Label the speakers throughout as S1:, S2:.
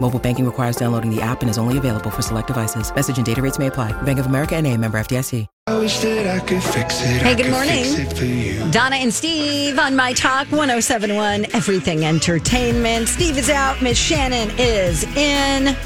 S1: Mobile banking requires downloading the app and is only available for select devices. Message and data rates may apply. Bank of America and a member FDIC.
S2: I wish that I could fix it.
S3: Hey,
S2: I
S3: good
S2: could
S3: morning.
S2: fix it for you.
S3: Donna and Steve on My Talk 1071, Everything Entertainment. Steve is out, Miss Shannon is in.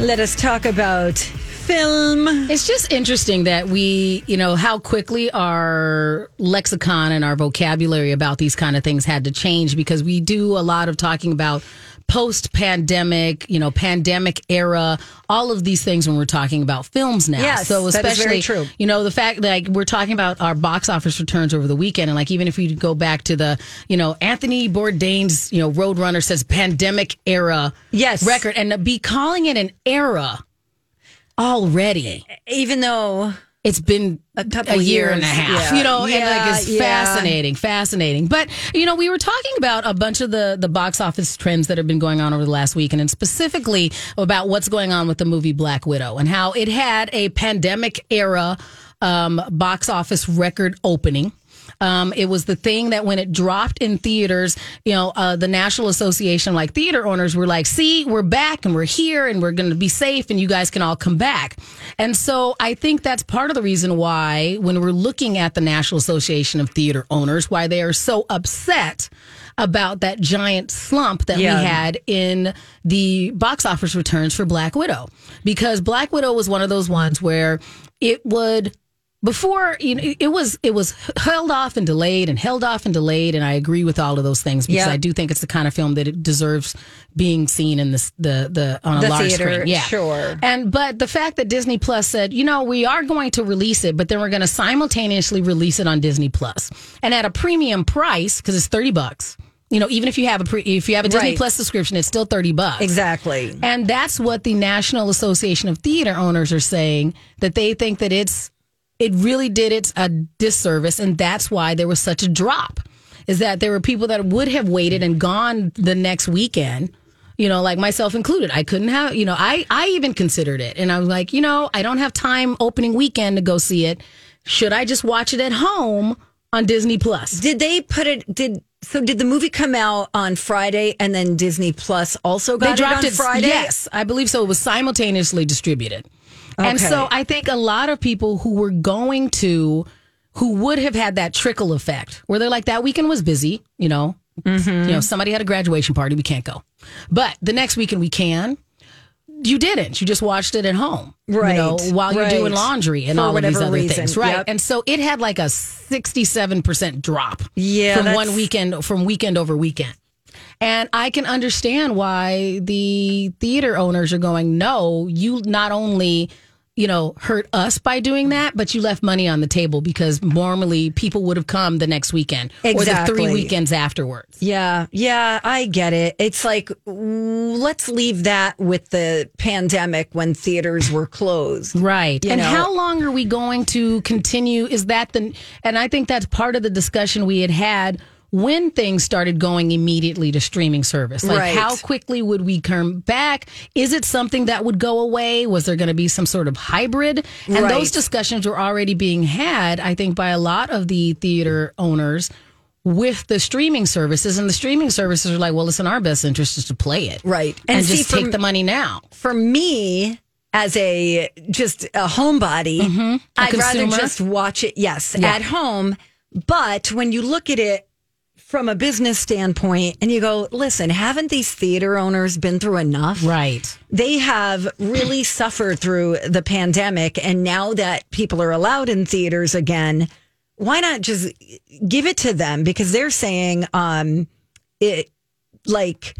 S3: Let us talk about film.
S4: It's just interesting that we, you know, how quickly our lexicon and our vocabulary about these kind of things had to change because we do a lot of talking about post pandemic, you know, pandemic era, all of these things when we're talking about films now.
S3: Yes,
S4: so
S3: that
S4: especially
S3: is very true.
S4: you know, the fact like we're talking about our box office returns over the weekend and like even if we go back to the, you know, Anthony Bourdain's, you know, Roadrunner says pandemic era
S3: Yes.
S4: record and to be calling it an era already.
S3: Even though
S4: It's been
S3: A couple
S4: year
S3: years,
S4: and a half,
S3: yeah.
S4: you know,
S3: Yeah,
S4: and like it's
S3: yeah.
S4: fascinating, fascinating. But you know, we were talking about a bunch of the the box office trends that have been going on over the last weekend, and specifically about what's going on with the movie Black Widow and how it had a pandemic era um, box office record opening. Um, it was the thing that when it dropped in theaters, you know, uh, the National Association of, like theater owners were like, "See, we're back and we're here and we're going to be safe and you guys can all come back." And so I think that's part of the reason why when we're looking at the National Association of Theater Owners, why they are so upset about that giant slump that
S3: Yeah.
S4: we had in the box office returns for Black Widow, because Black Widow was one of those ones where it would before you know, it was it was held off and delayed and held off and delayed and I agree with all of those things because
S3: Yeah.
S4: I do think it's the kind of film that it deserves being seen in this the the on a
S3: The
S4: large
S3: theater,
S4: screen yeah
S3: sure.
S4: and but the fact that Disney Plus said you know we are going to release it but then we're going to simultaneously release it on Disney Plus and at a premium price because it's thirty bucks you know even if you have a pre, if you have a Disney
S3: Right.
S4: Plus subscription it's still thirty bucks
S3: exactly.
S4: and that's what the National Association of Theater Owners are saying that they think that it's it really did it's a disservice and that's why there was such a drop. Is that there were people that would have waited and gone the next weekend, you know, like myself included. I couldn't have, you know, I I even considered it and I was like, you know, I don't have time opening weekend to go see it. Should I just watch it at home on Disney Plus?
S3: Did they put it did so did the movie come out on Friday and then Disney Plus also got
S4: they dropped
S3: it on Friday?
S4: Yes, I believe so. It was simultaneously distributed, and
S3: Okay.
S4: so I think a lot of people who were going to, who would have had that trickle effect, where they're like, "That weekend was busy," you know,
S3: Mm-hmm.
S4: you know, somebody had a graduation party, we can't go, but the next weekend we can. You didn't. You just watched it at home,
S3: Right,
S4: You know, while you're
S3: right.
S4: doing laundry and
S3: For
S4: all of these
S3: whatever
S4: other
S3: reason,
S4: things, right?
S3: yep.
S4: And so it had like a sixty-seven percent drop,
S3: Yeah,
S4: from
S3: that's-
S4: one weekend from weekend over weekend. And I can understand why the theater owners are going, no, you not only, you know, hurt us by doing that, but you left money on the table because normally people would have come the next weekend or the
S3: Exactly.
S4: three weekends afterwards.
S3: Yeah, yeah, I get it. It's like w- let's leave that with the pandemic when theaters were closed.
S4: Right.
S3: You
S4: and
S3: know-
S4: how long are we going to continue? Is that the, and I think that's part of the discussion we had had when things started going immediately to streaming service. Like,
S3: Right.
S4: how quickly would we come back? Is it something that would go away? Was there going to be some sort of hybrid? And
S3: Right.
S4: those discussions were already being had, I think, by a lot of the theater owners. With the streaming services, and the streaming services are like, well, it's in our best interest just to play it,
S3: Right.
S4: And,
S3: And see,
S4: just
S3: for
S4: take
S3: m-
S4: the money now.
S3: for me as a just a homebody, i I'd rather
S4: Mm-hmm. consumer?
S3: just watch it, yes, at home. But when you look at it from a business standpoint and you go, listen, haven't these theater owners been through enough?
S4: Right.
S3: They have really suffered through the pandemic. And now that people are allowed in theaters again, why not just give it to them because they're saying um it like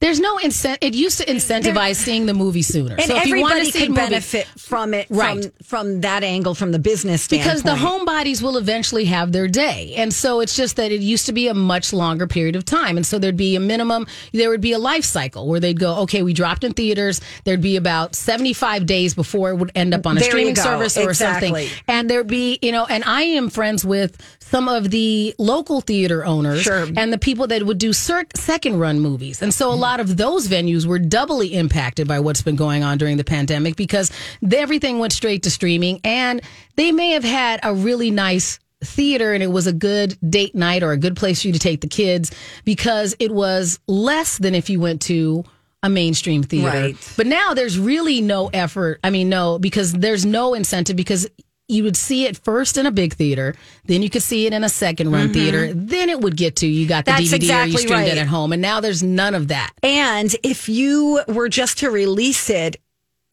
S4: There's no incentive. It used to incentivize seeing the movie sooner.
S3: and
S4: so if you want
S3: everybody
S4: to see
S3: could
S4: the movie,
S3: benefit from it
S4: Right.
S3: from from that angle from the business
S4: because
S3: standpoint.
S4: the homebodies will eventually have their day. And so it's just that it used to be a much longer period of time. And so there'd be a minimum, there would be a life cycle where they'd go, okay, we dropped in theaters. There'd be about 75 days before it would end up on a
S3: There you
S4: streaming
S3: go.
S4: service or
S3: Exactly.
S4: something. And there'd be, you know, and I am friends with some of the local theater owners
S3: Sure.
S4: and the people that would do cer- second run movies. And so a lot of those venues were doubly impacted by what's been going on during the pandemic because th- everything went straight to streaming and they may have had a really nice theater and it was a good date night or a good place for you to take the kids because it was less than if you went to a mainstream theater.
S3: Right.
S4: But now there's really no effort. I mean, no, because there's no incentive because you would see it first in a big theater, then you could see it in a second run theater, then it would get to you got the
S3: Mm-hmm. That's
S4: DVD or you
S3: exactly
S4: streamed it
S3: right.
S4: at home, and now there's none of that.
S3: And if you were just to release it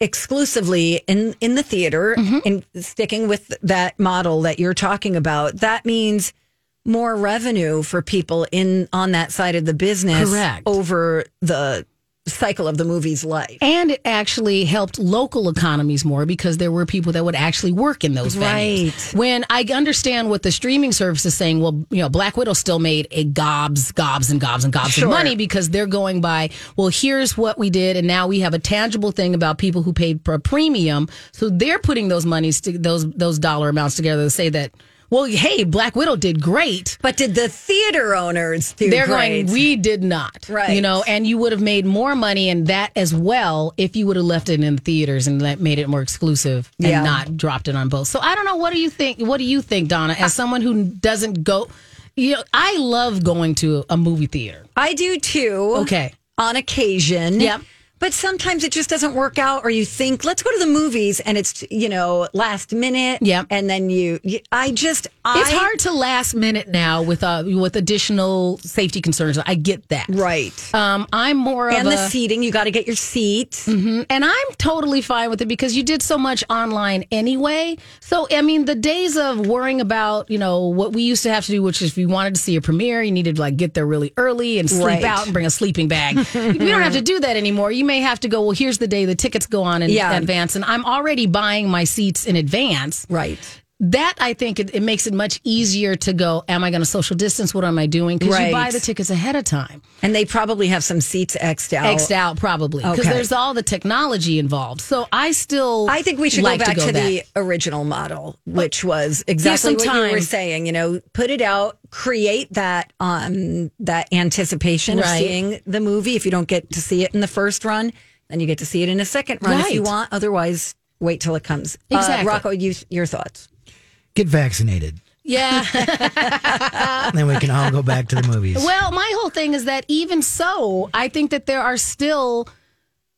S3: exclusively in in the theater
S4: Mm-hmm.
S3: and sticking with that model that you're talking about, that means more revenue for people in on that side of the business
S4: Correct.
S3: over the cycle of the movie's life.
S4: And it actually helped local economies more because there were people that would actually work in those venues.
S3: Right.
S4: When I understand what the streaming service is saying, well, you know, Black Widow still made a gobs, gobs, and gobs and gobs
S3: Sure.
S4: of money because they're going by, well, here's what we did, and now we have a tangible thing about people who paid for a premium. So they're putting those monies, to, those those dollar amounts together to say that, well, hey, Black Widow did great
S3: But did the theater owners do
S4: they're
S3: great?
S4: going we did not
S3: Right.
S4: you know and you would have made more money in that as well if you would have left it in theaters and that made it more exclusive and
S3: Yeah.
S4: not dropped it on both so i don't know what do you think what do you think donna as someone who doesn't go you know i love going to a movie theater
S3: I do too.
S4: Okay.
S3: On occasion.
S4: Yep.
S3: But sometimes it just doesn't work out, or you think, let's go to the movies, and it's, you know, last minute.
S4: Yep.
S3: And then you, you- I just, I.
S4: it's hard to last minute now with uh, with additional safety concerns i get that
S3: Right.
S4: um, i'm more
S3: and
S4: of
S3: the
S4: a Mm,
S3: seating, you got to get your seat.
S4: and I'm totally fine with it because you did so much online anyway. So I mean, the days of worrying about you know what we used to have to do, which is if you wanted to see a premiere, you needed to like get there really early and sleep
S3: Right.
S4: out and bring a sleeping bag. we don't have to do that anymore. You may have to go. Well, here's the day the tickets go on in
S3: Yeah.
S4: advance, and I'm already buying my seats in advance
S3: Right.
S4: that I think it, it makes it much easier to go. Am I going to social distance? What am I doing? Because
S3: Right.
S4: you buy the tickets ahead of time,
S3: And they probably have some seats X'd out.
S4: Xed out probably because
S3: Okay.
S4: there's all the technology involved. So I still,
S3: I think we should
S4: like
S3: go back to,
S4: that.
S3: the original model, which was exactly
S4: some
S3: what you were
S4: time.
S3: saying. You know, put it out, create that um that anticipation of
S4: Right.
S3: seeing the movie. If you don't get to see it in the first run, then you get to see it in a second run if you
S4: Right.
S3: want. Otherwise, wait till it comes. Uh,
S4: Exactly.
S3: Rocco, you, your thoughts?
S5: Get vaccinated.
S4: yeah.
S5: then we can all go back to the movies.
S4: Well, my whole thing is that even so, I think that there are still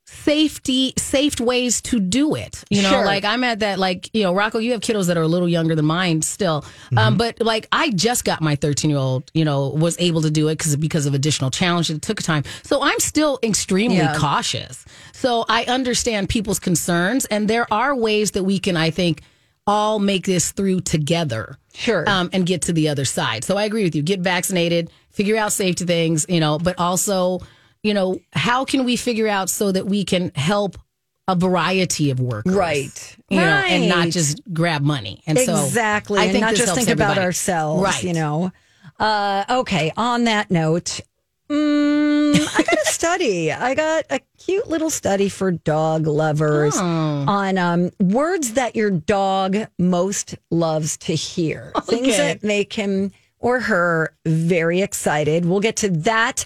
S4: safety safe ways to do it. You know,
S3: Sure.
S4: like I'm at that like, you know, Rocco, you have kiddos that are a little younger than mine still.
S3: Mm-hmm.
S4: Um, but like I just got my 13-year-old, you know, was able to do it cuz because of additional challenges it took time. So I'm still extremely
S3: Yeah.
S4: cautious. So I understand people's concerns and there are ways that we can I think all make this through together
S3: Sure.
S4: um, and get to the other side. So I agree with you. Get vaccinated, figure out safety things, you know, but also, you know, how can we figure out so that we can help a variety of workers,
S3: Right.
S4: You know, and not
S3: Right.
S4: just grab money. And so
S3: exactly.
S4: I
S3: and
S4: think
S3: not
S4: this
S3: just
S4: helps
S3: think about
S4: everybody.
S3: ourselves,
S4: right?
S3: you know. Uh, okay, on that note, mm, I got a study. I got a cute little study for dog
S4: Oh.
S3: lovers on um, words that your dog most loves to hear, things
S4: Okay.
S3: that make him or her very excited. We'll get to that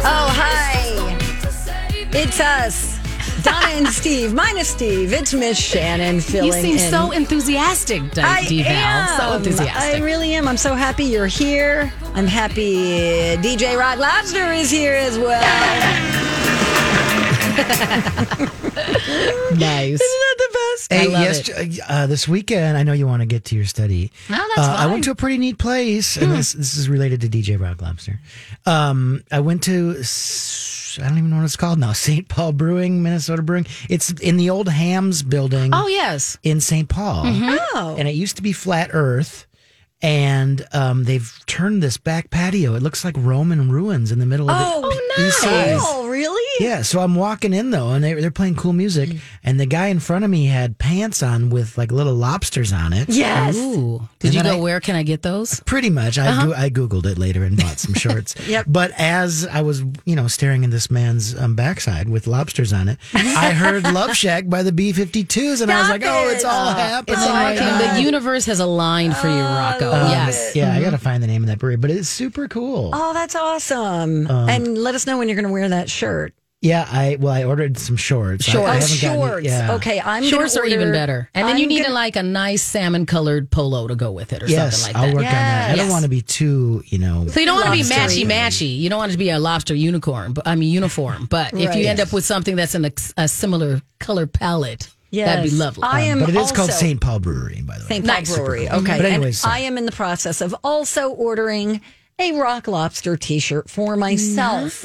S3: Oh, hi. It's us, Donna and Steve, minus Steve. It's Miss Shannon filling
S4: You seem
S3: in.
S4: so enthusiastic, D-
S3: I
S4: D-Val.
S3: am.
S4: So
S3: I
S4: enthusiastic.
S3: really am. I'm so happy you're here. I'm happy DJ Rod Lobster is here as well.
S4: nice.
S3: the best?
S4: I love
S5: yes, uh, this weekend, I know you want to get to your study.
S4: No, Oh, that's
S5: uh, I
S4: fine. Hmm.
S5: went to a pretty neat place, and this, this is related to DJ Rock Lobster. Um, I went to, s- I don't even know what it's called now, St. Paul Brewing, Minnesota Brewing. It's in the old Hams building
S4: Oh, Mm-hmm. yes.
S5: in St. Paul.
S3: Oh,
S5: and it used to be flat earth and um, they've turned this back patio it looks like roman ruins in the middle of
S3: Oh,
S5: it
S3: oh,
S5: east side.
S3: oh really?
S5: yeah so i'm walking in though and they, they're playing cool music
S3: Mm.
S5: and the guy in front of me had pants on with like little lobsters on it
S3: Yes.
S4: Ooh. Did you
S5: then
S4: go,
S5: I-
S4: where can I get those?
S5: Pretty much. I, goo- I Googled it later and bought some shorts.
S3: Uh-huh. Yep.
S5: But as I was, you know, staring at this man's um, backside with lobsters on it, I heard Love Shack by the B 52s. And I was
S3: Stop
S5: like, oh,
S3: it.
S5: it's all
S3: Oh, Oh,
S5: happening. Um,
S4: It's all
S3: my
S4: working.
S3: God.
S4: The universe has aligned for you, Rocco.
S3: love
S4: yes.
S5: Yeah, I got to find the name of that brewery, but it's super cool.
S3: Mm-hmm. Oh, that's awesome.
S4: Um,
S3: and let us know when you're going to wear that shirt.
S5: Yeah, I well, I ordered some shorts.
S4: Shorts.
S5: I, I
S3: Oh,
S5: haven't gotten-
S3: shorts.
S5: yeah.
S3: Okay, I'm gonna
S4: Shorts are even
S3: order-
S4: better. And then you
S3: I'm
S4: need
S3: gonna-
S4: like a nice salmon colored polo to go with it or
S5: Yes,
S4: something
S5: I'll
S4: like that.
S5: work on that. I
S4: Yes.
S5: don't want to be too, you know.
S4: So you don't want to be matchy
S5: Lobstery.
S4: matchy. You don't want it to be a lobster unicorn, but I mean uniform. But if
S3: Right.
S4: you end up with something that's in a, a similar color palette,
S3: Yes.
S4: that'd be lovely.
S3: I am
S5: but it is called
S3: also-
S5: St. Paul Brewery, by the way.
S3: St. Paul
S4: Nice.
S3: Brewery.
S5: Super cool.
S3: Okay.
S5: But anyways,
S3: and
S5: so-
S3: I am in the process of also ordering a rock lobster t-shirt for myself.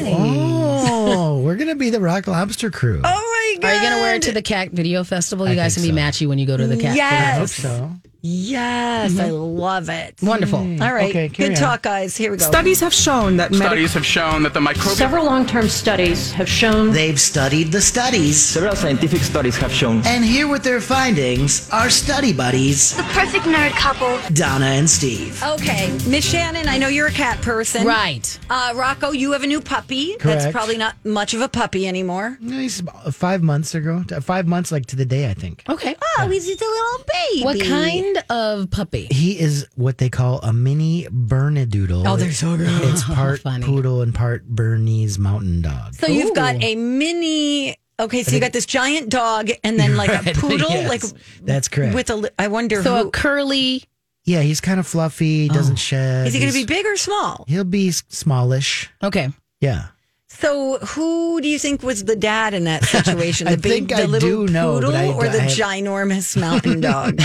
S5: Oh, we're gonna be the Rock Lobster
S3: Oh
S5: crew.
S3: my god.
S4: Are you gonna wear it to the CAC Video Festival? You guys can
S5: think
S4: be matchy when you go to the CAC.
S3: Yes.
S5: I
S4: Video
S5: hope
S4: Festival.
S5: so.
S3: Yes, I love it.
S4: Wonderful.
S3: Mm-hmm. All right.
S5: Okay, carry
S3: Good
S5: on.
S3: talk, guys. Here we go.
S6: Studies have shown that medical
S7: Studies have shown that the microbial
S8: Several long term studies have shown
S5: They've studied the studies,
S9: Several scientific studies have shown
S5: and here with their findings are study buddies
S8: the perfect nerd couple.
S5: Donna and Steve.
S3: Okay, Miss Shannon, I know you're a cat person.
S4: Right.
S3: Uh, Rocco, you have a new puppy. That's
S5: Correct.
S3: probably not much of a puppy anymore.
S5: Nice, about five months ago, uh, five months like to the day, I think.
S4: Okay.
S3: Oh, he's just a little baby.
S4: What kind of puppy?
S5: He is what they call a mini Bernedoodle.
S3: Oh, they're so good.
S5: It's part
S4: Funny.
S5: poodle and part Bernese mountain dog.
S3: So you've got a mini. Okay, so you got this giant dog, and then like a poodle,
S5: Yes,
S3: like
S5: that's correct.
S3: with a. li- I wonder.
S4: So
S3: who,
S4: a curly.
S5: yeah, he's kind of fluffy. Doesn't shed.
S3: Oh. is he going to
S5: he's-
S3: be big or small?
S5: He'll be s- smallish.
S4: Okay.
S5: Yeah.
S3: So who do you think was the dad in that situation? The
S5: I
S3: big,
S5: think
S3: the
S5: I
S3: little
S5: do know, but
S3: poodle,
S5: I-
S3: or the
S5: I-
S3: ginormous mountain dog?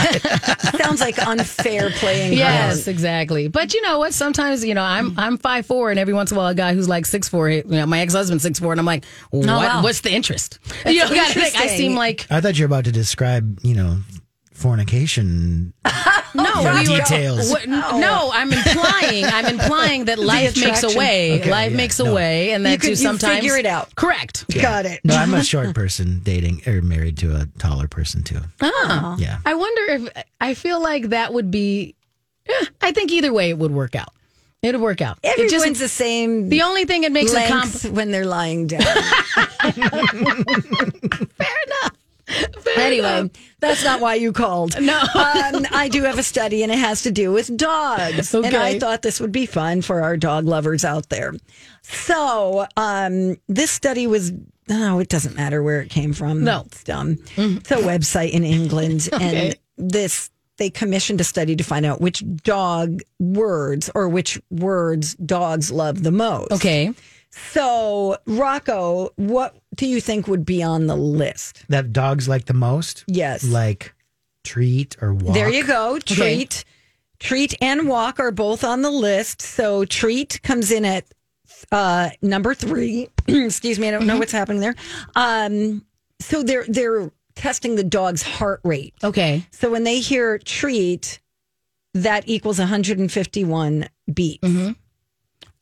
S3: Sounds like unfair playing. ground.
S4: Yes, exactly. But you know what? Sometimes you know I'm I'm five four, and every once in a while a guy who's like six four. You know, my ex husband's six four, and I'm like, what,
S3: Oh, wow.
S4: what's the interest? you know, gotta think, I
S3: interesting.
S4: seem like
S5: I thought you were about to describe, you know, fornication.
S3: Oh,
S4: no
S5: Yeah,
S4: we were-
S5: details.
S4: what- no, I'm implying. I'm implying that life makes a
S3: attraction.
S4: way.
S5: Okay,
S4: life
S5: yeah,
S4: makes a
S5: no.
S4: way, and that
S3: You could- you
S4: sometimes
S3: figure it out.
S4: Correct.
S3: Got it.
S5: No, I'm a short person dating or married to a taller person too.
S3: Oh.
S4: Ah,
S5: Yeah.
S4: I wonder if I feel like that would be. eh, I think either way it would work out. It'd work out. It
S3: Everyone's
S4: just
S3: the same.
S4: the only thing it makes it comp-
S3: length when they're lying down. anyway, that's not why you called. No. um, I do have a study and it has to do with dogs. And
S4: Okay.
S3: I thought this would be fun for our dog lovers out there. So, um, this study was, oh, it doesn't matter where it came from.
S4: No. Mm-hmm.
S3: It's dumb. It's a website in England. And this, they commissioned a study to find out which dog words or which words dogs love the most.
S4: Okay.
S3: So, Rocco, what do you think would be on the list?
S5: That dogs like the most?
S3: Yes.
S5: Like treat or walk.
S3: There you go. Treat. Treat and walk are both on the list. So treat comes in at uh
S4: Mm-hmm.
S3: number three. Excuse me, I don't know what's happening there. Um so they're they're testing the dog's heart rate.
S4: Okay.
S3: So when they hear treat, that equals 151 beats.
S4: Mm-hmm.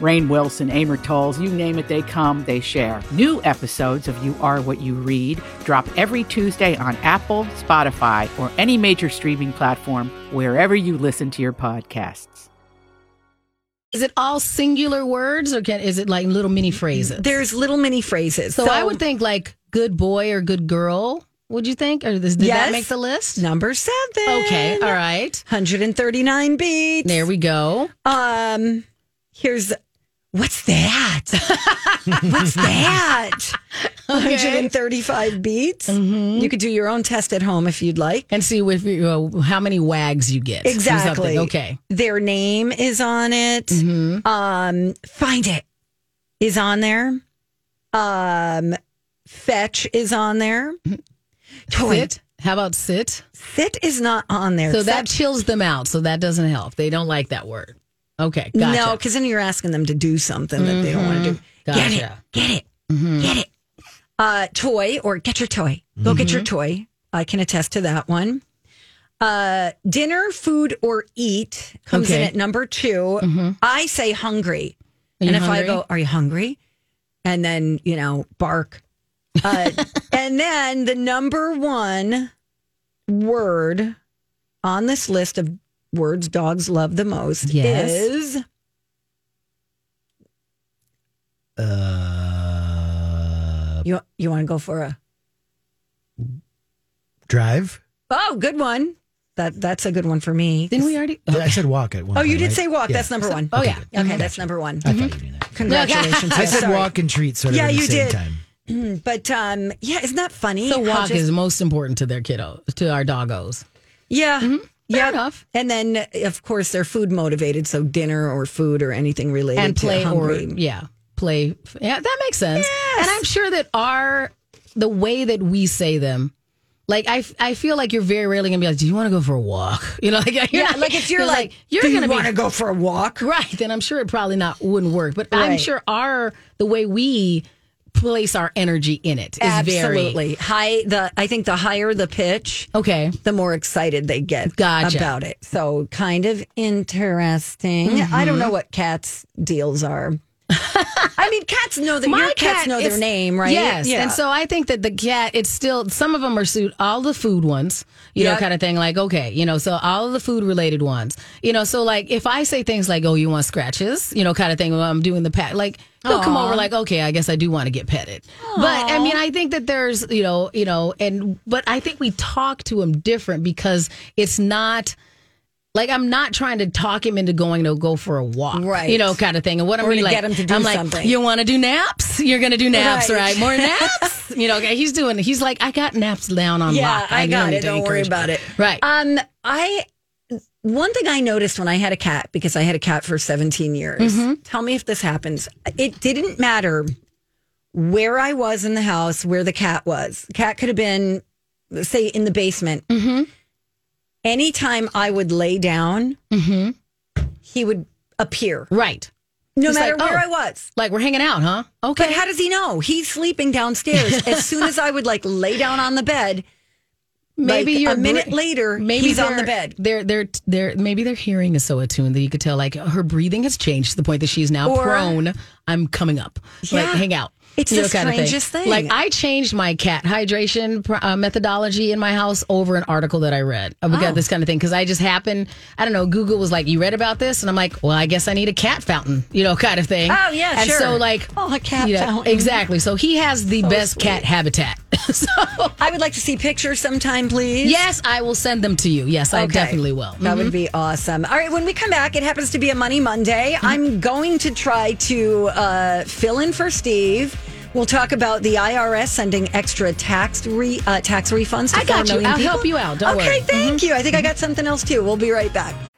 S7: Rain Wilson, Amor Tolls, you name it, they come, they share. New episodes of You Are What You Read drop every Tuesday on Apple, Spotify, or any major streaming platform wherever you listen to your podcasts.
S4: Is it all singular words or can, is it like little mini phrases?
S3: There's little mini phrases.
S4: so, I would think like good boy or good girl. Would you think? Or does, did
S3: Yes.
S4: that make the list?
S3: number seven.
S4: Okay. All right.
S3: 139 beats.
S4: There we go.
S3: Um, here's what's that? what's that? 135 beats.
S4: Mm-hmm.
S3: You could do your own test at home if you'd like.
S4: And see if you, uh, how many wags you get. or something.
S3: Exactly.
S4: Okay.
S3: Their name is on it.
S4: Mm-hmm.
S3: Um, find it is on there. Um, fetch is on there.
S4: Mm-hmm.
S3: Toy
S4: Sit. How about sit?
S3: sit is not on there.
S4: So that
S3: Fetch-
S4: chills them out. So that doesn't help. They don't like that word. Okay. Gotcha. Mm-hmm.
S3: no, because then you're asking them to do something that they don't want to do. Get it,
S4: Gotcha. Mm-hmm.
S3: get it, get it. Uh, toy or get your toy. Go get your
S4: Mm-hmm.
S3: toy. I can attest to that one. Uh, dinner, food, or eat comes in
S4: Okay. Mm-hmm.
S3: at number 2 I say hungry,
S4: you
S3: and if I
S4: hungry?
S3: go, "Are you hungry?" and then you know bark, uh, and then the number one word on this list of words dogs love the most
S4: Yes.
S3: is
S5: Uh,
S3: You you want to go for a
S5: drive.
S3: oh good one that that's a good one for me.
S4: Didn't we already?
S5: I said walk at one.
S3: Oh, you
S5: point,
S3: did
S5: right?
S3: say walk.
S5: Yeah.
S3: That's number one.
S4: Oh, yeah.
S3: Okay, that's number one. Mm-hmm.
S5: I thought you knew that.
S3: Congratulations.
S5: I said
S3: Sorry.
S5: walk and treat sort of
S3: Yeah,
S5: at the
S3: you
S5: same
S3: did.
S5: time.
S3: But um, yeah, isn't that funny?
S4: So
S3: how
S4: walk
S3: just-
S4: is most important to their kiddos, to our doggos.
S3: yeah, yeah.
S4: Mm-hmm. enough.
S3: And then uh, of course they're food motivated, so dinner or food or anything related
S4: and play
S3: to
S4: or
S3: hungry.
S4: yeah play yeah that makes sense and i'm sure that our the way that we say them like I, f- I feel like you're very rarely gonna be like do you want to go for a walk you know like you're
S3: yeah,
S4: not-
S3: like if you're like,
S4: you're
S3: "Do you
S4: gonna be
S3: want to go for a walk.
S4: right then i'm sure it probably not wouldn't work but i'm
S3: Right.
S4: sure our the way we place our energy in it is very
S3: Absolutely. High the I think the higher the pitch,
S4: okay
S3: the more excited they get
S4: Gotcha.
S3: about it. So kind of interesting. I don't
S4: Mm-hmm.
S3: know what cats' deals are. I mean, cats know that your cats know their
S4: is-
S3: name, right?
S4: Yes. And so I think that the cat, it's still, some of them are suit, all the food ones, you know,
S3: Yeah.
S4: kind of thing. Like, okay, you know, so all of the food related ones, you know, so like if I say things like, oh, you want scratches, you know, kind of thing, when I'm doing the pet, like, he'll come over like, okay, I guess I do want to get petted. But I mean, I think that there's, you know, you know, and, but I think we talk to him different because it's not, like I'm not trying to talk him into going to go for a walk,
S3: Right.
S4: You know, kind of thing. And what I'm
S3: Or to
S4: really like,
S3: get him to do
S4: I'm like,
S3: something.
S4: you want to do naps? You're going to do naps,
S3: Right.
S4: right? More naps. you know, okay, he's doing. He's like, I got naps down on
S3: yeah,
S4: lock.
S3: I,
S4: know
S3: got
S4: need
S3: it.
S4: to
S3: Don't worry
S4: encourage
S3: about
S4: them.
S3: it.
S4: Right.
S3: Um, I one thing I noticed when I had a cat because I had a cat for 17 years.
S4: Mm-hmm.
S3: Tell me if this happens. It didn't matter where I was in the house, where the cat was. The cat could have been, say, in the basement. Mm-hmm. Anytime I would lay down,
S4: Mm-hmm.
S3: he would appear,
S4: right.
S3: no
S4: He's
S3: matter
S4: like,
S3: where
S4: "Oh."
S3: I was.
S4: Like we're hanging out, huh?
S3: But
S4: Okay.
S3: how does he know? He's sleeping downstairs. as soon as I would like lay down on the bed,
S4: maybe
S3: like,
S4: you're
S3: a minute later, he's on the
S4: they're-
S3: bed.
S4: They're they're they're maybe their hearing is so attuned that you could tell like her breathing has changed to the point that she's now
S3: Or-
S4: prone I'm coming up. Like,
S3: Yeah.
S4: hang out.
S3: It's
S4: You know,
S3: the
S4: kind of
S3: strangest thing.
S4: Like, I changed my cat hydration pr- uh, methodology in my house over an article that I read
S3: Oh.
S4: about this kind of thing. Because I just happened, I don't know, Google was like, you read about this? And I'm like, well, I guess I need a cat fountain, you know, kind of thing.
S3: Oh, yeah,
S4: and
S3: sure.
S4: so, like,
S3: Oh, a cat
S4: you know,
S3: fountain.
S4: Exactly. So he has the best cat habitat. so,
S3: I would like to see pictures sometime, please.
S4: yes, I will send them to you. Yes, I
S3: Okay.
S4: definitely will. Mm-hmm.
S3: That would be awesome. All right, when we come back, it happens to be a Money Monday.
S4: Mm-hmm.
S3: I'm going to try to uh, fill in for Steve. We'll talk about the IRS sending extra tax re, uh, tax refunds. To
S4: I got
S3: 4
S4: you.
S3: million
S4: I'll
S3: people.
S4: help you out. Don't
S3: okay,
S4: worry. Mm-hmm.
S3: thank you. I think I got something else too. We'll be right back.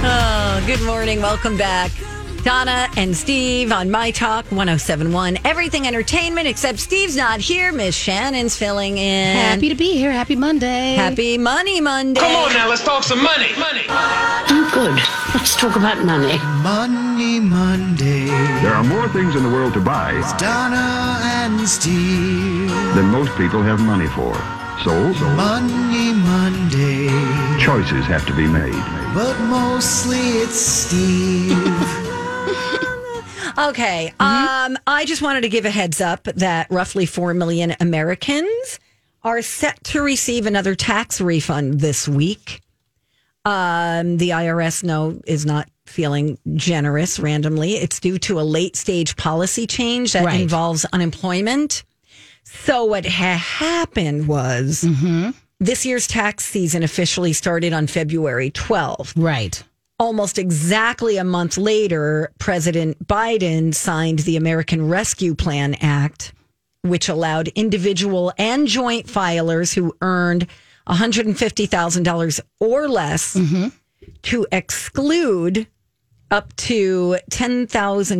S3: Oh, good morning. Welcome back. Donna and Steve on My Talk 1071. Everything entertainment, except Steve's not here. Miss Shannon's filling in.
S4: Happy to be here. Happy Monday.
S3: Happy Money Monday.
S10: Come on now, let's talk some money. Money.
S11: I'm good. Let's talk about money.
S5: Money Monday.
S12: There are more things in the world to buy
S5: Donna and Steve.
S12: than most people have money for. So,
S5: Money Monday.
S12: choices have to be made.
S5: But mostly it's Steve.
S3: Okay. Um, I just wanted to give a heads up that roughly 4 million Americans are set to receive another tax refund this week. Um, the IRS, no, is not feeling generous randomly. It's due to a late stage policy change that
S4: Right.
S3: involves unemployment. So, what ha- happened was this year's tax season officially started on February 12th
S4: Right.
S3: almost exactly a month later, President Biden signed the American Rescue Plan Act, which allowed individual and joint filers who earned $150,000 or less to exclude up to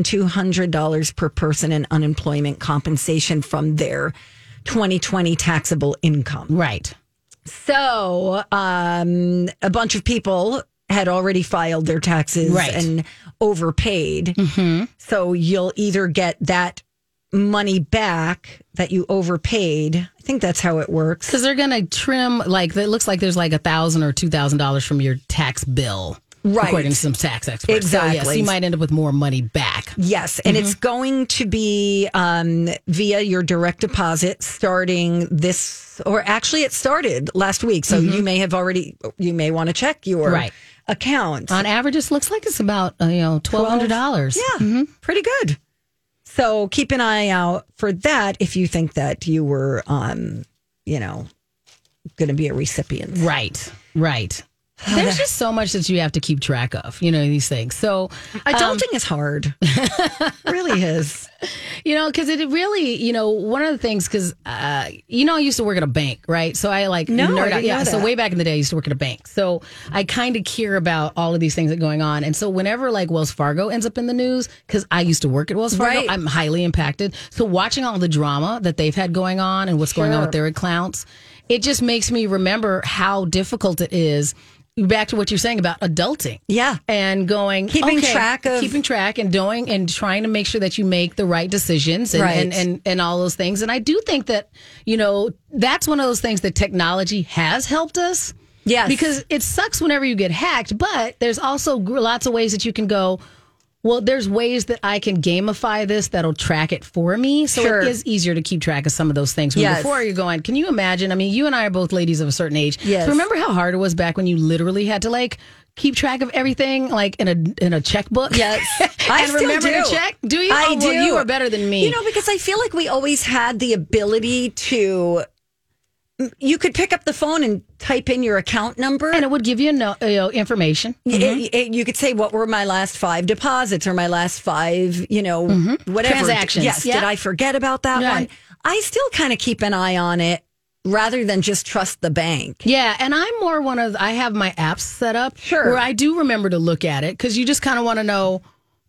S3: $10,200 per person in unemployment compensation from their 2020 taxable income.
S4: Right.
S3: So, um, a bunch of people had already filed their taxes
S4: Right. Mm-hmm.
S3: and overpaid. So, you'll either get that money back that you overpaid. I think that's how it works.
S4: Because they're gonna trim like it looks like there's like a thousand or two thousand dollars from your tax bill,
S3: Right.
S4: According to some tax experts, So, yes,
S3: Exactly.
S4: you might end up with more money back.
S3: Yes. And it's
S4: Mm-hmm.
S3: going to be um, via your direct deposit starting this, or actually, it started last week. So, you may have already, you may want to check your
S4: Mm-hmm. Right.
S3: account.
S4: On average, it looks like it's about uh, you know twelve hundred dollars.
S3: Yeah, pretty good. So keep an eye out for that if you think that you were, um, you know, going to be a recipient.
S4: Right. Right. There's just so much that you have to keep track of, you know, these things. So um,
S3: Adulting is hard. really is.
S4: you know because it really you know one of the things because uh, you know i used to work at a bank right so i like
S3: No, I
S4: nerd
S3: didn't
S4: out. yeah
S3: know
S4: so
S3: that.
S4: way back in the day i used to work at a bank so i kind of care about all of these things that are going on and so whenever like wells fargo ends up in the news because i used to work at wells fargo
S3: Right.
S4: i'm highly impacted so watching all the drama that they've had going on and what's going on
S3: Sure.
S4: with their accounts it just makes me remember how difficult it is back to what you're saying about adulting
S3: Yeah.
S4: and going
S3: Keeping
S4: okay,
S3: track of-
S4: keeping track and doing and trying to make sure that you make the right decisions and,
S3: Right.
S4: and, and and all those things and i do think that you know that's one of those things that technology has helped us
S3: Yes.
S4: because it sucks whenever you get hacked but there's also gr- lots of ways that you can go well there's ways that i can gamify this that'll track it for me so
S3: Sure.
S4: it is easier to keep track of some of those things When
S3: Yes.
S4: before you're going can you imagine i mean you and i are both ladies of a certain age
S3: Yes.
S4: So remember how hard it was back when you literally had to like keep track of everything like in a in a checkbook
S3: Yes. I
S4: and
S3: still
S4: remember
S3: do.
S4: to check. Do you?
S3: I
S4: Oh,
S3: do.
S4: Well, you are better than me.
S3: You know, because I feel like we always had the ability to. You could pick up the phone and type in your account number,
S4: and it would give you, no, you know, information.
S3: It- it- you could say what were my last five deposits or my last five, you know, whatever
S4: Mm-hmm. Transactions.
S3: Yes,
S4: Yeah.
S3: did I forget about that
S4: Right.
S3: one? I still kind of keep an eye on it rather than just trust the bank.
S4: Yeah, and I'm more one of I have my apps set up
S3: Sure.
S4: where I do remember to look at it because you just kind of want to know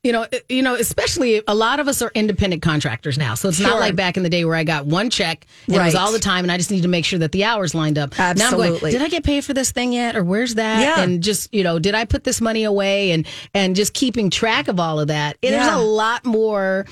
S4: You know, it- you know, especially a lot of us are independent contractors now. So it's not
S3: Sure.
S4: like back in the day where I got one check and it was
S3: Right.
S4: all the time and I just need to make sure that the hours lined up. Now I'm
S3: Absolutely.
S4: going, did I get paid for this thing yet or where's that?
S3: Yeah.
S4: And just, you know, did I put this money away and and just keeping track of all of that. It- There's
S3: Yeah.
S4: a lot more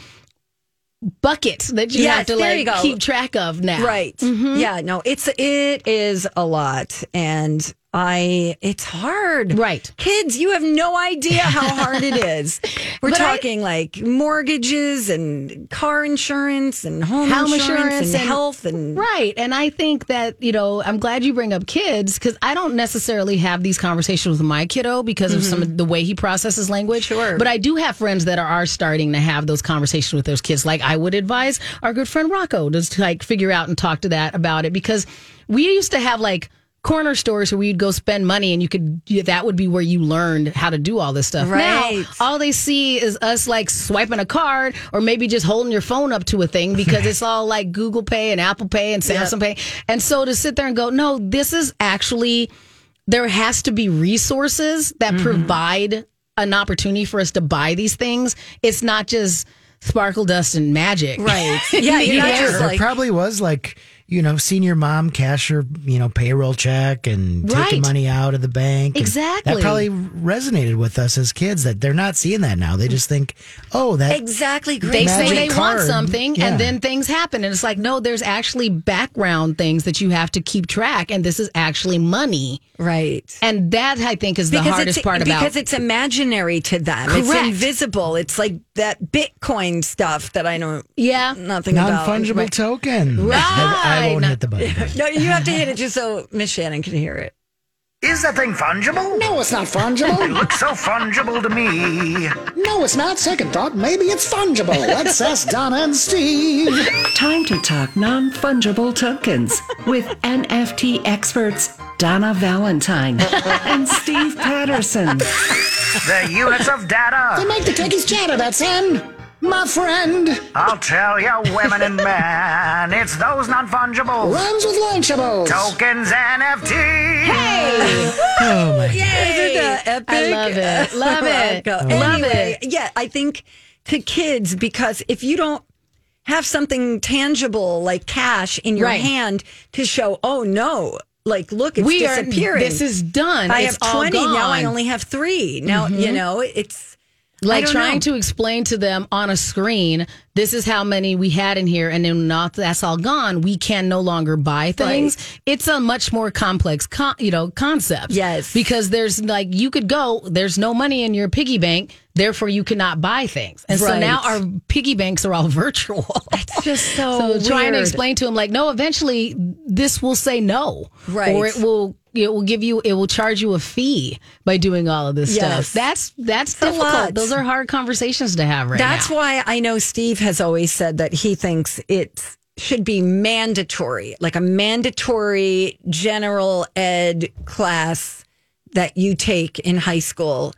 S4: buckets that you
S3: Yes,
S4: have to
S3: there
S4: like
S3: you go.
S4: keep track of now.
S3: Right.
S4: Mm-hmm.
S3: Yeah. No, it's it is a lot, and I it's hard.
S4: Right.
S3: Kids, you have no idea how hard it is. We're
S4: But I-
S3: talking like mortgages and car insurance and home, insurance, and, health and
S4: right and i think that you know i'm glad you bring up kids because i don't necessarily have these conversations with my kiddo because of some of the way he processes language
S3: Sure.
S4: but i do have friends that are, are starting to have those conversations with those kids like i would advise our good friend rocco to like figure out and talk to that about it because we used to have like corner stores where we'd go spend money and you could that would be where you learned how to do all this stuff
S3: Right.
S4: now all they see is us like swiping a card or maybe just holding your phone up to a thing because it's all like Google Pay and Apple Pay and Samsung Pay. And so to sit there and go, no, this is actually, there has to be resources that
S3: Mm-hmm.
S4: provide an opportunity for us to buy these things. It's not just sparkle dust and magic.
S3: Right. Yeah, you're not
S4: Yeah.
S3: just
S5: there
S3: like
S5: probably was like you know senior mom cash her you know payroll check and
S4: Right.
S5: taking money out of the bank And
S4: Exactly.
S5: that probably resonated with us as kids that they're not seeing that now they just think oh that
S3: exactly great.
S4: they say
S5: Magic
S4: they want
S5: card.
S4: something
S5: Yeah.
S4: and then things happen and it's like no there's actually background things that you have to keep track and this is actually money
S3: right.
S4: and that i think is the hardest
S3: it's,
S4: part about
S3: because it's imaginary to them. It's
S4: Correct.
S3: invisible. It's like that Bitcoin stuff that I know
S4: yeah
S3: nothing about.
S5: non-fungible token
S4: Right.
S5: I, I won't hit the button
S3: No, you have to hit it just so Miss Shannon can hear it.
S13: Is that thing fungible?
S14: No, it's not fungible.
S13: It looks so fungible to me.
S14: No, it's not. Second thought, maybe it's fungible. Let's ask Donna and Steve.
S15: Time to talk non fungible tokens with NFT experts Donna Valentine and Steve Patterson.
S13: The units of
S14: They
S13: data.
S14: make the turkeys chatter, that's in. My friend.
S13: I'll tell you, women and men, it's those non-fungible
S14: Rhymes with Lunchables.
S13: tokens NFT. Hey.
S5: oh my
S3: Isn't that epic?
S4: I love it. Love it.
S3: Go.
S4: Love
S3: Anyway,
S4: it.
S3: Yeah, I think to kids because if you don't have something tangible like cash in your
S4: Right.
S3: hand to show, oh no, like look, it's
S4: we are
S3: disappearing.
S4: this is done
S3: I
S4: It's
S3: have
S4: all
S3: twenty now. I
S4: gone. Mm-hmm.
S3: only have three now. You know, it's
S4: like
S3: don't
S4: trying
S3: know.
S4: to explain to them on a screen this is how many we had in here and then not that's all gone we can no longer buy things it's a much more complex con- you know concept
S3: Yes.
S4: because there's like you could go there's no money in your piggy bank therefore you cannot buy things and so
S3: Right.
S4: now our piggy banks are all virtual
S3: it's just so.
S4: so trying to
S3: weird.
S4: explain to him like no eventually this will say no
S3: Right.
S4: or it will it will give you it will charge you a fee by doing all of this
S3: Yes.
S4: stuff that's that's
S3: a
S4: difficult
S3: lot.
S4: those are hard conversations to have right
S3: That's
S4: now.
S3: why I know Steve has always said that he thinks it should be mandatory, like a mandatory general ed class that you take in high school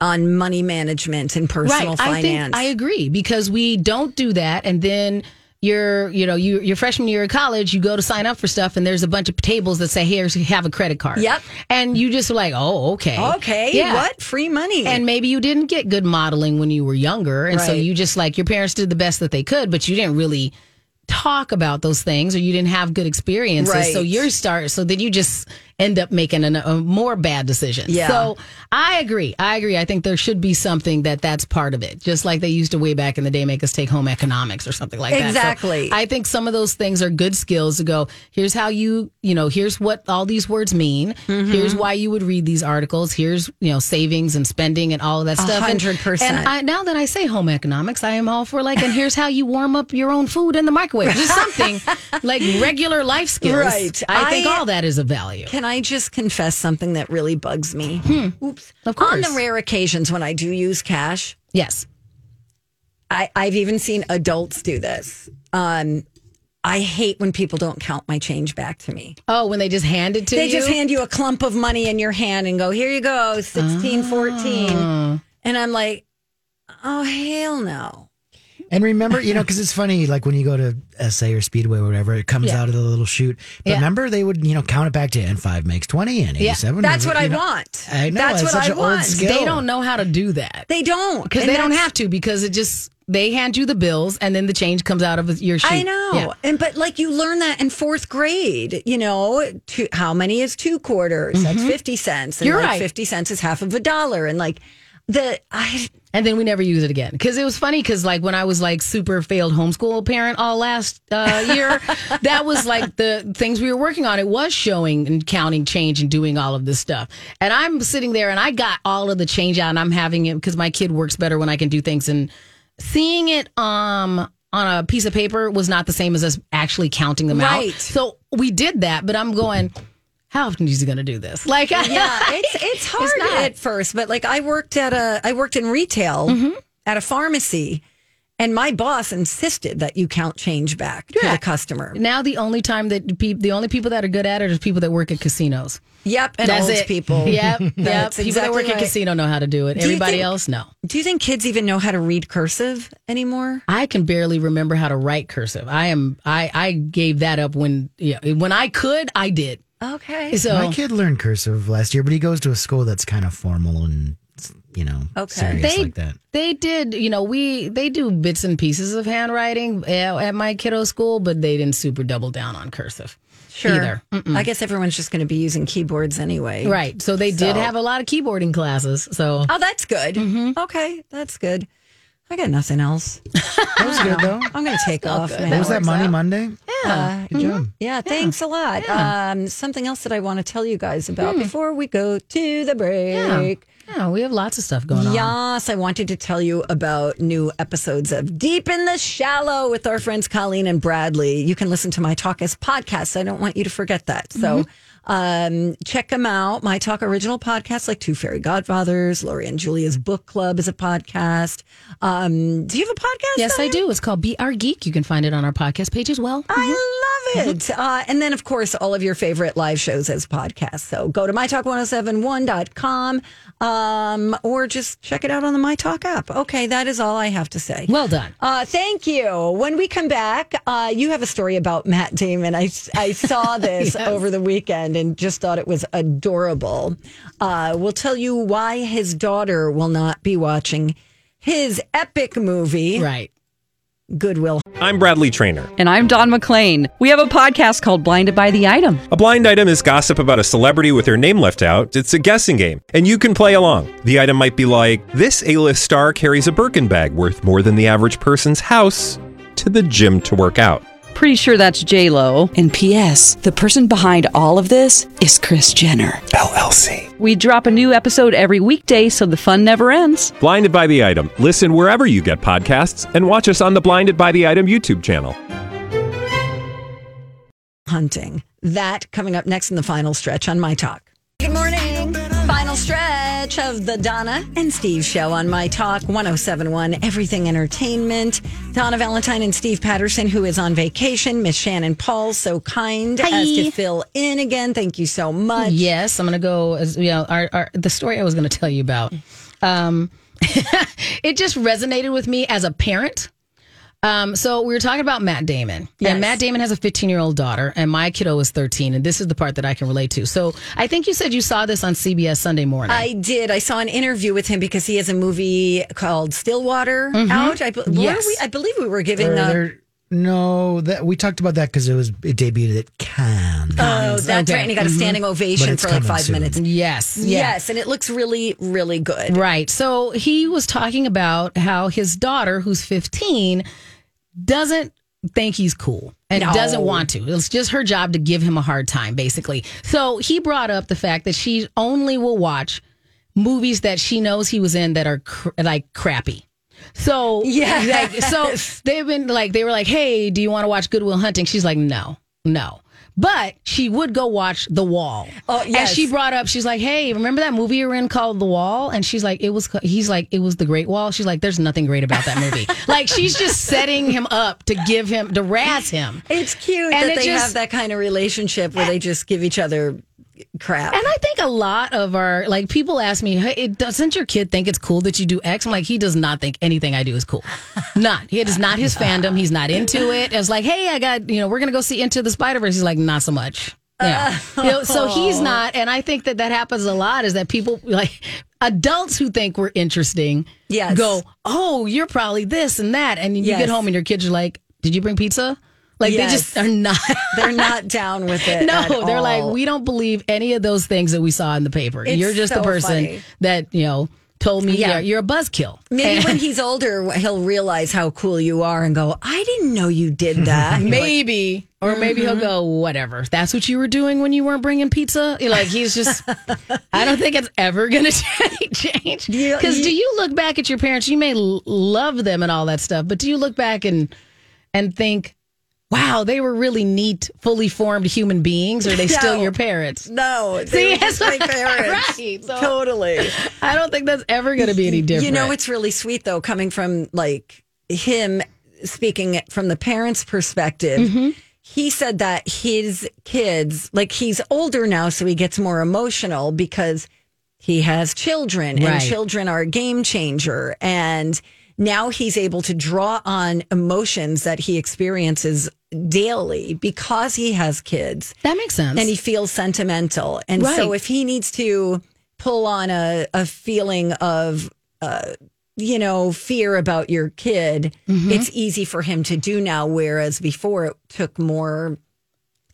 S3: on money management and personal
S4: right i
S3: finance.
S4: think i agree because we don't do that and then you're you know you your freshman year of college you go to sign up for stuff and there's a bunch of tables that say here's have a credit card
S3: Yep.
S4: and you just like oh okay
S3: okay,
S4: Yeah.
S3: what free money?
S4: And maybe you didn't get good modeling when you were younger. And so
S3: Right.
S4: you just like your parents did the best that they could, but you didn't really talk about those things or you didn't have good experiences. So
S3: Right.
S4: you're start so then you just end up making an, a more bad decision.
S3: Yeah.
S4: So I agree. I agree. I think there should be something that that's part of it. Just like they used to way back in the day make us take home economics or something like that. So
S3: Exactly.
S4: I think some of those things are good skills to go, here's how you, you know, here's what all these words mean.
S3: Mm-hmm.
S4: Here's why you would read these articles. Here's, you know, savings and spending and all of that
S3: A
S4: stuff. And-
S3: hundred percent.
S4: And I, now that I say home economics, I am all for like, and here's how you warm up your own food in the microwave. Just something like regular life skills.
S3: Right.
S4: I, think
S3: I-
S4: all that is a value.
S3: Can I just confess something that really bugs me? Oops.
S4: Hmm. Of course.
S3: On the rare occasions when I do use cash,
S4: Yes.
S3: I, I've even seen adults do this. Um, I hate when people don't count my change back to me.
S4: Oh, when they just hand it to
S3: they
S4: you.
S3: just hand you a clump of money in your hand and go, here you go,
S5: Ah.
S3: 16, 14. And I'm like, oh, hell no.
S5: And remember, you know, because it's funny, like when you go to SA or Speedway or whatever, it comes
S3: Yeah.
S5: out of the little chute. But
S3: Yeah.
S5: remember, they would, you know, count it back to and five makes 20 and
S3: Yeah,
S5: 87.
S3: that's
S5: is-
S3: what
S5: you
S3: I
S5: know.
S3: want.
S5: I know.
S3: That's
S5: it's
S3: what
S5: such
S3: I
S5: an
S3: want.
S5: old skill.
S4: They don't know how to do that.
S3: They don't
S4: because
S3: And
S4: they don't
S3: that's-
S4: have to because it just they hand you the bills and then the change comes out of your sheet.
S3: I know.
S4: Yeah.
S3: And but like you learn that in fourth grade, you know, two, how many is two quarters? That's
S5: Mm-hmm.
S4: Mhm.
S3: 50 cents. And
S4: You're
S3: like
S4: right.
S3: 50 cents is half of a dollar. And like the, I,
S4: And then we never use it again because it was funny because like when I was like super failed homeschool parent all last uh, year, that was like the things we were working on. It was showing and counting change and doing all of this stuff. And I'm sitting there and I got all of the change out and I'm having it because my kid works better when I can do things and seeing it um on a piece of paper was not the same as us actually counting them
S3: Right.
S4: out. So we did that, but I'm going. How often is he going to do this? Like,
S3: yeah, it's, it's hard
S4: not.
S3: at first, but like I worked at a, I worked in retail
S4: Mm-hmm.
S3: at a pharmacy and my boss insisted that you count change back to the customer.
S4: Now the only time that peop the only people that are good at it are people that work at casinos.
S3: Yep. And
S4: That's
S3: old
S4: it.
S3: people.
S4: Yep, yep.
S3: That's
S4: people that work
S3: exactly
S4: at
S3: right.
S4: casino know how to do it.
S3: Do you
S4: Everybody
S3: think-
S4: else, no.
S3: Do you think kids even know how to read cursive anymore?
S4: I can barely remember how to write cursive. I am. I I gave that up when yeah when I could. I did.
S3: Okay.
S4: So
S5: My kid learned cursive last year, but he goes to a school that's kind of formal and, you know,
S4: Okay.
S5: serious
S4: They-
S5: like that.
S4: They did, you know, we they do bits and pieces of handwriting at, at my kiddo school, but they didn't super double down on cursive.
S3: Sure.
S4: Either. Mm-mm.
S3: I guess everyone's just going to be using keyboards anyway.
S4: Right. So they did
S3: So-
S4: have a lot of keyboarding classes. So
S3: Oh, that's good.
S4: Mm-hmm.
S3: Okay, that's good. I got nothing else.
S5: That was good, though.
S3: I'm going to take off.
S5: What
S3: Man.
S5: was that, Money Monday? Mm-hmm.
S3: Yeah.
S5: Uh, Good job.
S3: Mm-hmm. Yeah, thanks a lot. Um, something else that I want to tell you guys
S4: Mm.
S3: about before we go to the break.
S4: yeah, we have lots of stuff going on.
S3: Yes, I wanted to tell you about new episodes of Deep in the Shallow with our friends Colleen and Bradley. You can listen to My Talk as podcast. I don't want you to forget that. So
S4: Mm-hmm.
S3: um, check them out. My Talk original podcasts like Two Fairy Godfathers, Lori and Julia's Book Club is a podcast. Um, do you have a podcast?
S4: Yes,
S3: on
S4: I do. It's called Be Our Geek. You can find it on our podcast page as well.
S3: I love it.
S4: Mm-hmm.
S3: Uh, and then, of course, all of your favorite live shows as podcasts. So go to mytalk1071.com um, or just check it out on the My Talk app. Okay, that is all I have to say.
S4: Well done.
S3: Uh, thank you. When we come back, uh, you have a story about Matt Damon. I, I saw this over the weekend and just thought it was adorable. Uh, we'll tell you why his daughter will not be watching his epic movie,
S4: Right.
S3: Goodwill
S16: I'm Bradley Trainer.
S17: And I'm Don McClain. We have a podcast called Blinded by the Item.
S16: A blind item is gossip about a celebrity with their name left out. It's a guessing game, and you can play along. The item might be like this: A-list star carries a Birkin bag worth more than the average person's house to the gym to work out.
S17: Pretty sure that's J Lo. And P.S. The person behind all of this is Chris Jenner
S16: LLC.
S17: We drop a new episode every weekday, so the fun never ends.
S16: Blinded by the item. Listen wherever you get podcasts, and watch us on the Blinded by the Item YouTube channel.
S3: hunting. That coming up next in the final stretch on My Talk. Good morning. Final stretch of the Donna and Steve show on My Talk 1071 Everything Entertainment. Donna Valentine and Steve Patterson, who is on vacation. Miss Shannon Paul, so kind
S4: Hi.
S3: as to fill in again. Thank you so much.
S4: Yes, I'm going to go as you know, our, our, the story I was going to tell you about. Um, it just resonated with me as a parent. Um, so we were talking about Matt Damon, and Matt Damon has a 15 year old daughter, and my kiddo is 13, and this is the part that I can relate to. So I think you said you saw this on CBS Sunday morning.
S3: I did. I saw an interview with him because he has a movie called Stillwater out. I, be- were
S5: Mm-hmm. Yes.
S3: we, I believe we were giving
S5: Or
S3: a,
S5: there- no, that we talked about that because it was it debuted at Cannes.
S3: Oh, that's
S4: Okay.
S3: right. And he got a standing
S4: Mhm. But
S3: ovation
S5: Mm-hmm. it's
S3: for like
S5: coming
S3: five
S5: soon.
S3: minutes.
S4: yes, yeah.
S3: Yes, and it looks really, really good.
S4: Right. So he was talking about how his daughter, who's 15, doesn't think he's cool and
S18: No.
S4: doesn't want to. It's just her job to give him a hard time, basically. So he brought up the fact that she only will watch movies that she knows he was in that are cr- like crappy. So
S3: Yes.
S4: like, so they've been like they were like, hey, do you want to watch Goodwill Hunting? She's like, no, no. But she would go watch The Wall.
S3: Oh,
S4: And
S3: yes.
S4: she brought up, she's like, hey, remember that movie you were in called The Wall? And she's like, it was, he's like, it was The Great Wall. She's like, there's nothing great about that movie. like, she's just setting him up to give him, to razz him.
S3: It's cute
S4: And
S3: that
S4: it
S3: they
S4: just-
S3: have that kind of relationship where they just give each other crap.
S4: And I think a lot of our like people ask me, hey, it- doesn't your kid think it's cool that you do X? I'm like, he does not think anything I do is cool. Not. It is not his fandom. He's not into it. It's like, hey, I got you know, we're gonna go see Into the Spider Verse. He's like, not so much. Yeah.
S3: Uh,
S4: You know, so he's not, and I think that that happens a lot. Is that people like adults who think we're interesting?
S3: Yes.
S4: Go. Oh, you're probably this and that, and you
S3: Yes.
S4: get home and your kids are like, "Did you bring pizza?" Like
S3: Yes.
S4: they just are not.
S3: They're not down with it.
S4: No,
S3: at
S4: they're
S3: all.
S4: like, we don't believe any of those things that we saw in the paper.
S3: It's
S4: you're just
S3: so
S4: the person
S3: funny.
S4: that, you know, told me,
S3: Yeah.
S4: yeah, you're a buzzkill.
S3: Maybe when he's older, he'll realize how cool you are and go, I didn't know you did that. And you're like,
S4: maybe. Or maybe
S3: Mm-hmm.
S4: he'll go, whatever. That's what you were doing when you weren't bringing pizza. You're Like, he's just, I don't think it's ever going to change.
S3: Yeah,
S4: Because
S3: you-
S4: do you look back at your parents? You may l- love them and all that stuff, but do you look back and and think, wow, they were really neat, fully formed human beings? Or are they still
S3: No.
S4: your parents?
S3: no, they
S4: See,
S3: were just
S4: that's
S3: my
S4: what-
S3: parents.
S4: Right, so-
S3: Totally.
S4: I don't think that's ever going to be any different.
S3: You know, it's really sweet though, coming from like him speaking from the parents' perspective.
S4: Mm-hmm.
S3: He said that his kids, like he's older now, so he gets more emotional because he has children
S4: Right.
S3: and children are a game changer. And now he's able to draw on emotions that he experiences daily because he has kids
S4: that makes sense.
S3: and he feels sentimental. And so
S4: Right.
S3: if he needs to pull on a, a feeling of, uh, you know, fear about your kid, it's easy for him to do now. Whereas before it took more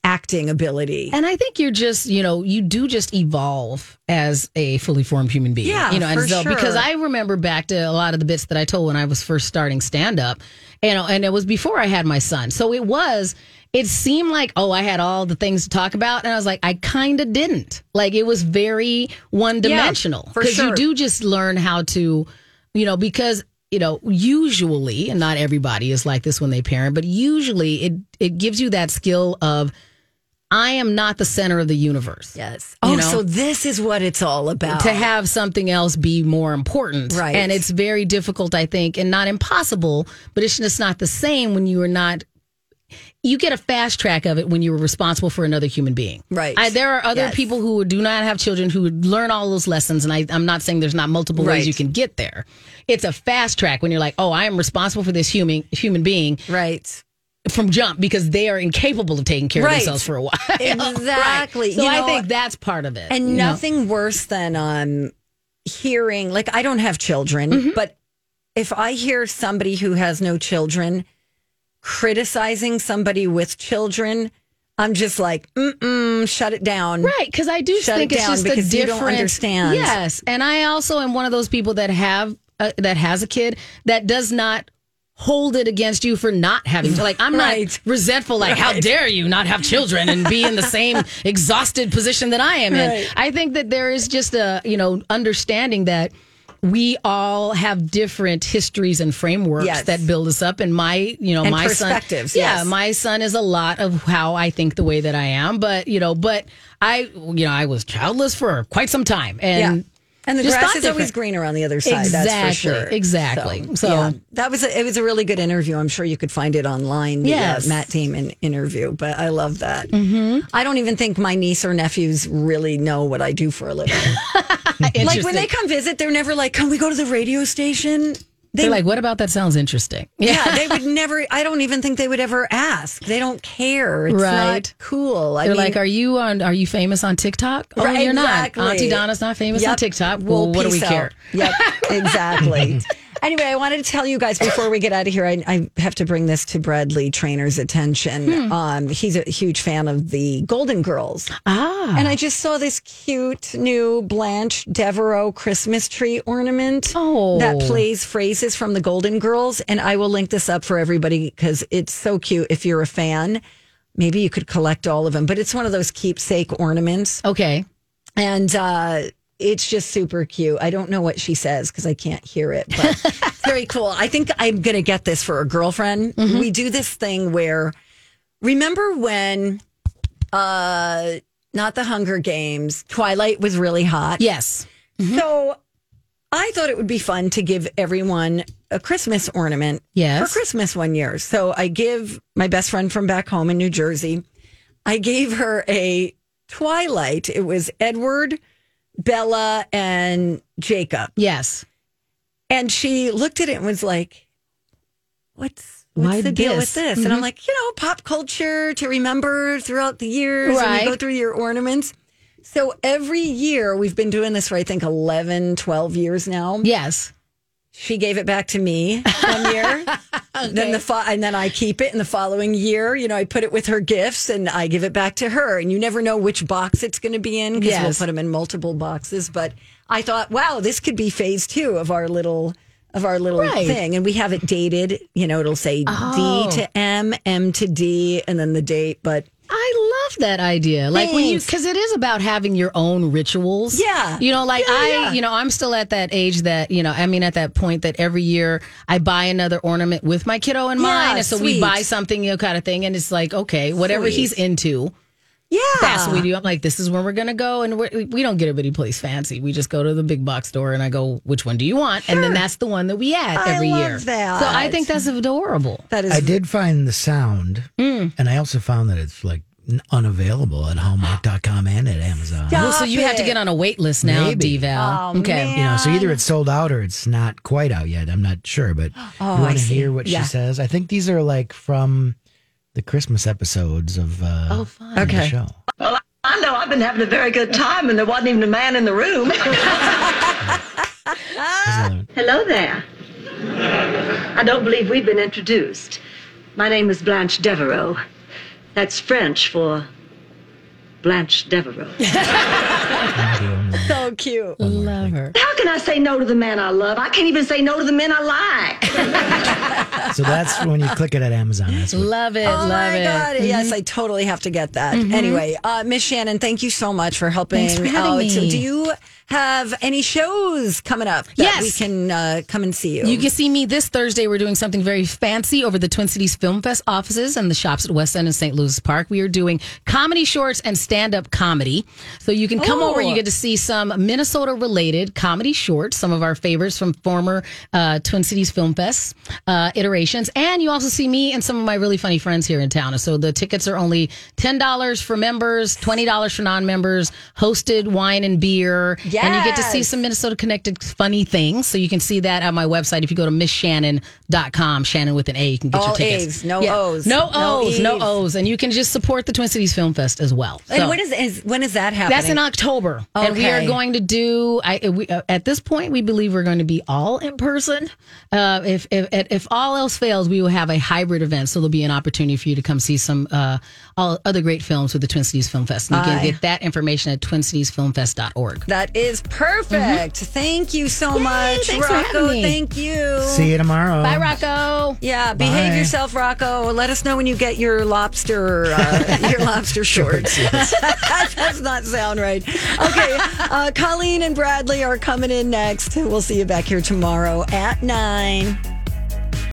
S3: acting ability.
S4: And I think you're just, you know, you do just evolve as a fully formed human being.
S3: Yeah,
S4: you know, and
S3: for
S4: so
S3: sure.
S4: because I remember back to a lot of the bits that I told when I was first starting stand up, and and it was before I had my son. So it was it seemed like oh I had all the things to talk about and I was like I kind of didn't. Like it was very one dimensional
S3: for
S4: you
S3: sure.
S4: do just learn how to you know because you know usually and not everybody is like this when they parent but usually it it gives you that skill of I am not the center of the universe.
S3: yes. Oh,
S4: You know?
S3: so this is what it's all about.
S4: To have something else be more important.
S3: Right.
S4: And it's very difficult, I think, and not impossible, but it's just not the same when you are not. You get a fast track of it when you're responsible for another human being.
S3: Right.
S4: I, there are other
S3: Yes.
S4: people who do not have children who would learn all those lessons, and I, I'm not saying there's not multiple
S3: Right.
S4: ways you can get there. It's a fast track when you're like, oh, I am responsible for this human human being
S3: right.
S4: from jump because they are incapable of taking care
S3: Right.
S4: of themselves for a while.
S3: Exactly.
S4: Right. So
S3: You
S4: I
S3: know,
S4: think that's part of it.
S3: And
S4: you know?
S3: nothing worse than um, hearing, like, I don't have children,
S4: Mm-hmm.
S3: but if I hear somebody who has no children criticizing somebody with children, I'm just like, mm-mm, shut it down.
S4: Right, because I do
S3: Shut
S4: think
S3: it
S4: it's
S3: down
S4: just a
S3: because you don't
S4: different.
S3: understand.
S4: Yes, and I also am one of those people that have uh, that has a kid that does not hold it against you for not having like I'm
S3: Right.
S4: not resentful like how dare you not have children and be in the same exhausted position that I am in.
S3: Right.
S4: I think that there is just a you know understanding that we all have different histories and frameworks
S3: Yes.
S4: that build us up and my you know
S3: And
S4: my
S3: perspectives,
S4: son yeah
S3: yes.
S4: my son is a lot of how I think the way that I am, but you know, but I, you know, I was childless for quite some time, and
S3: yeah. And the
S4: just
S3: grass
S4: thought
S3: is always
S4: different.
S3: greener on the other side. That's for sure.
S4: Exactly, exactly. So-
S3: that was a, it. Was a really good interview. I'm sure you could find it online. The, uh,
S4: Yes. Mm-hmm.
S3: Matt Damon interview. But I love that. I don't even think my niece or nephews really know what I do for a living. like when
S4: Interesting.
S3: they come visit, they're never like, "Can we go to the radio station?" They
S4: They're like, "What about that? Sounds interesting." Yeah,
S3: yeah, they would never. I don't even think they would ever ask. They don't care. It's
S4: Right.
S3: not cool. I
S4: they're
S3: mean,
S4: like, "Are you on? Are you famous on TikTok?" Oh,
S3: Right,
S4: you're
S3: exactly.
S4: not. Auntie Donna's not famous on
S3: Yep.
S4: TikTok.
S3: Well,
S4: Well, what do we
S3: peace out.
S4: care?
S3: Yep, exactly. anyway, I wanted to tell you guys before we get out of here, I, I have to bring this to Bradley Trainer's attention.
S4: Hmm.
S3: Um, he's a huge fan of the Golden Girls.
S4: Ah,
S3: And I just saw this cute new Blanche Devereaux Christmas tree ornament
S4: Oh.
S3: that plays phrases from the Golden Girls. And I will link this up for everybody because it's so cute. If you're a fan, maybe you could collect all of them, but it's one of those keepsake ornaments.
S4: okay.
S3: And uh, it's just super cute. I don't know what she says because I can't hear it, but it's very cool. I think I'm going to get this for a girlfriend. We do this thing where, remember when, uh, not the Hunger Games, Twilight was really hot.
S4: Yes.
S3: So I thought it would be fun to give everyone a Christmas ornament
S4: Yes.
S3: for Christmas one year. So I give my best friend from back home in New Jersey, I gave her a Twilight, it was Edward, Bella, and Jacob.
S4: Yes.
S3: And she looked at it and was like, what's what's
S4: Why
S3: the deal with
S4: this?
S3: this? And
S4: Mhm.
S3: I'm like, you know, pop culture to remember throughout the years and
S4: Right.
S3: you go through your ornaments. So every year we've been doing this for I think 11, 12 years now.
S4: Yes.
S3: She gave it back to me one year. Then the fo- and then I keep it and the following year, you know, I put it with her gifts and I give it back to her and you never know which box it's going to be in because
S4: Yes.
S3: we'll put them in multiple boxes, but I thought, wow, this could be phase 2 of our little of our little
S4: Right.
S3: thing and we have it dated, you know, it'll say
S4: Oh.
S3: D to M, M to D and then the date, but
S4: I love that idea. Like when you,
S3: Thanks.
S4: because it is about having your own rituals.
S3: Yeah.
S4: You know, like
S3: Yeah,
S4: I,
S3: yeah.
S4: you know, I'm still at that age that, you know, I mean, at that point that every year I buy another ornament with my kiddo in
S3: Yeah,
S4: mind. And so we
S3: sweet.
S4: buy something, you know, kind of thing. And it's like, okay, whatever
S3: Sweet.
S4: he's into,
S3: yeah.
S4: that's what we do. I'm like, this is where we're going to go. And we're, we don't get everybody place fancy. We just go to the big box store and I go, which one do you want? And then that's the one that we add
S3: I
S4: every
S3: love
S4: year.
S3: that.
S4: So I think that's adorable.
S3: That is
S5: I did find the sound, and I also found that it's like n- unavailable at Hallmark.com and at Amazon.
S4: Well, so you have to
S3: it.
S4: get on a wait list now,
S5: Maybe.
S4: D-Val.
S3: Oh,
S4: okay.
S3: man.
S5: You know, so either it's sold out or it's not quite out yet. I'm not sure, but you
S3: I
S5: want to
S3: see.
S5: hear what
S3: Yeah.
S5: she says. I think these are like from the Christmas episodes of uh,
S4: Oh, fun.
S5: of the
S3: Okay.
S5: show.
S11: Well, I- I know I've been having a very good time, and there wasn't even a man in the room.
S5: There's another one.
S11: Hello there. I don't believe we've been introduced. My name is Blanche Devereaux. That's French for Blanche Devereaux.
S3: so cute.
S4: Love her.
S11: How can I say no to the man I love? I can't even say no to the men I like.
S5: So that's when you click it at Amazon. That's what,
S4: Love it.
S3: oh
S4: love
S3: my
S4: it. Mm-hmm.
S3: god! Yes, I totally have to get that. Anyway, uh, Miss Shannon, thank you so much for helping
S4: Thanks for having
S3: out. So,
S4: me.
S3: do you have any shows coming up that
S4: Yes.
S3: we can uh, come and see you?
S4: You can see me this Thursday. We're doing something very fancy over the Twin Cities Film Fest offices and the shops at West End and St. Louis Park. We are doing comedy shorts and stand up comedy. So you can come
S3: Oh.
S4: over. You get to see some Minnesota related comedy shorts, some of our favorites from former uh, Twin Cities Film Fest uh, iterations. And you also see me and some of my really funny friends here in town. So the tickets are only $10 for members, $20 for non members, hosted wine and beer. And you get to see
S3: Yes.
S4: some Minnesota connected funny things. So you can see that on my website. If you go to missshannon.com, Shannon with an A, you can get
S3: All
S4: your tickets.
S3: Oh, A's, no O's,
S4: No
S3: no
S4: O's, no
S3: E's.
S4: O's. And you can just support the Twin Cities Film Fest as well.
S3: and
S4: So-
S3: when is, is when is that happening?
S4: that's in October, and we are
S3: Okay.
S4: going to do. I we, uh, at this point, we believe we're going to be all in person. Uh, if, if if all else fails, we will have a hybrid event, so there'll be an opportunity for you to come see some uh, all other great films with the Twin Cities Film Fest. And you can
S3: Aye.
S4: get that information at twincitiesfilmfest.org.
S3: That is perfect. Thank you so much,
S4: Mm-hmm. thanks for
S3: Rocco.
S4: having me.
S3: Thank you.
S5: See you tomorrow.
S4: Bye, Rocco.
S3: Yeah, behave
S5: Bye.
S3: yourself, Rocco. Let us know when you get your lobster, uh, your lobster shorts. that does not sound right. Okay, uh, Colleen and Bradley are coming in next. We'll see you back here tomorrow at nine.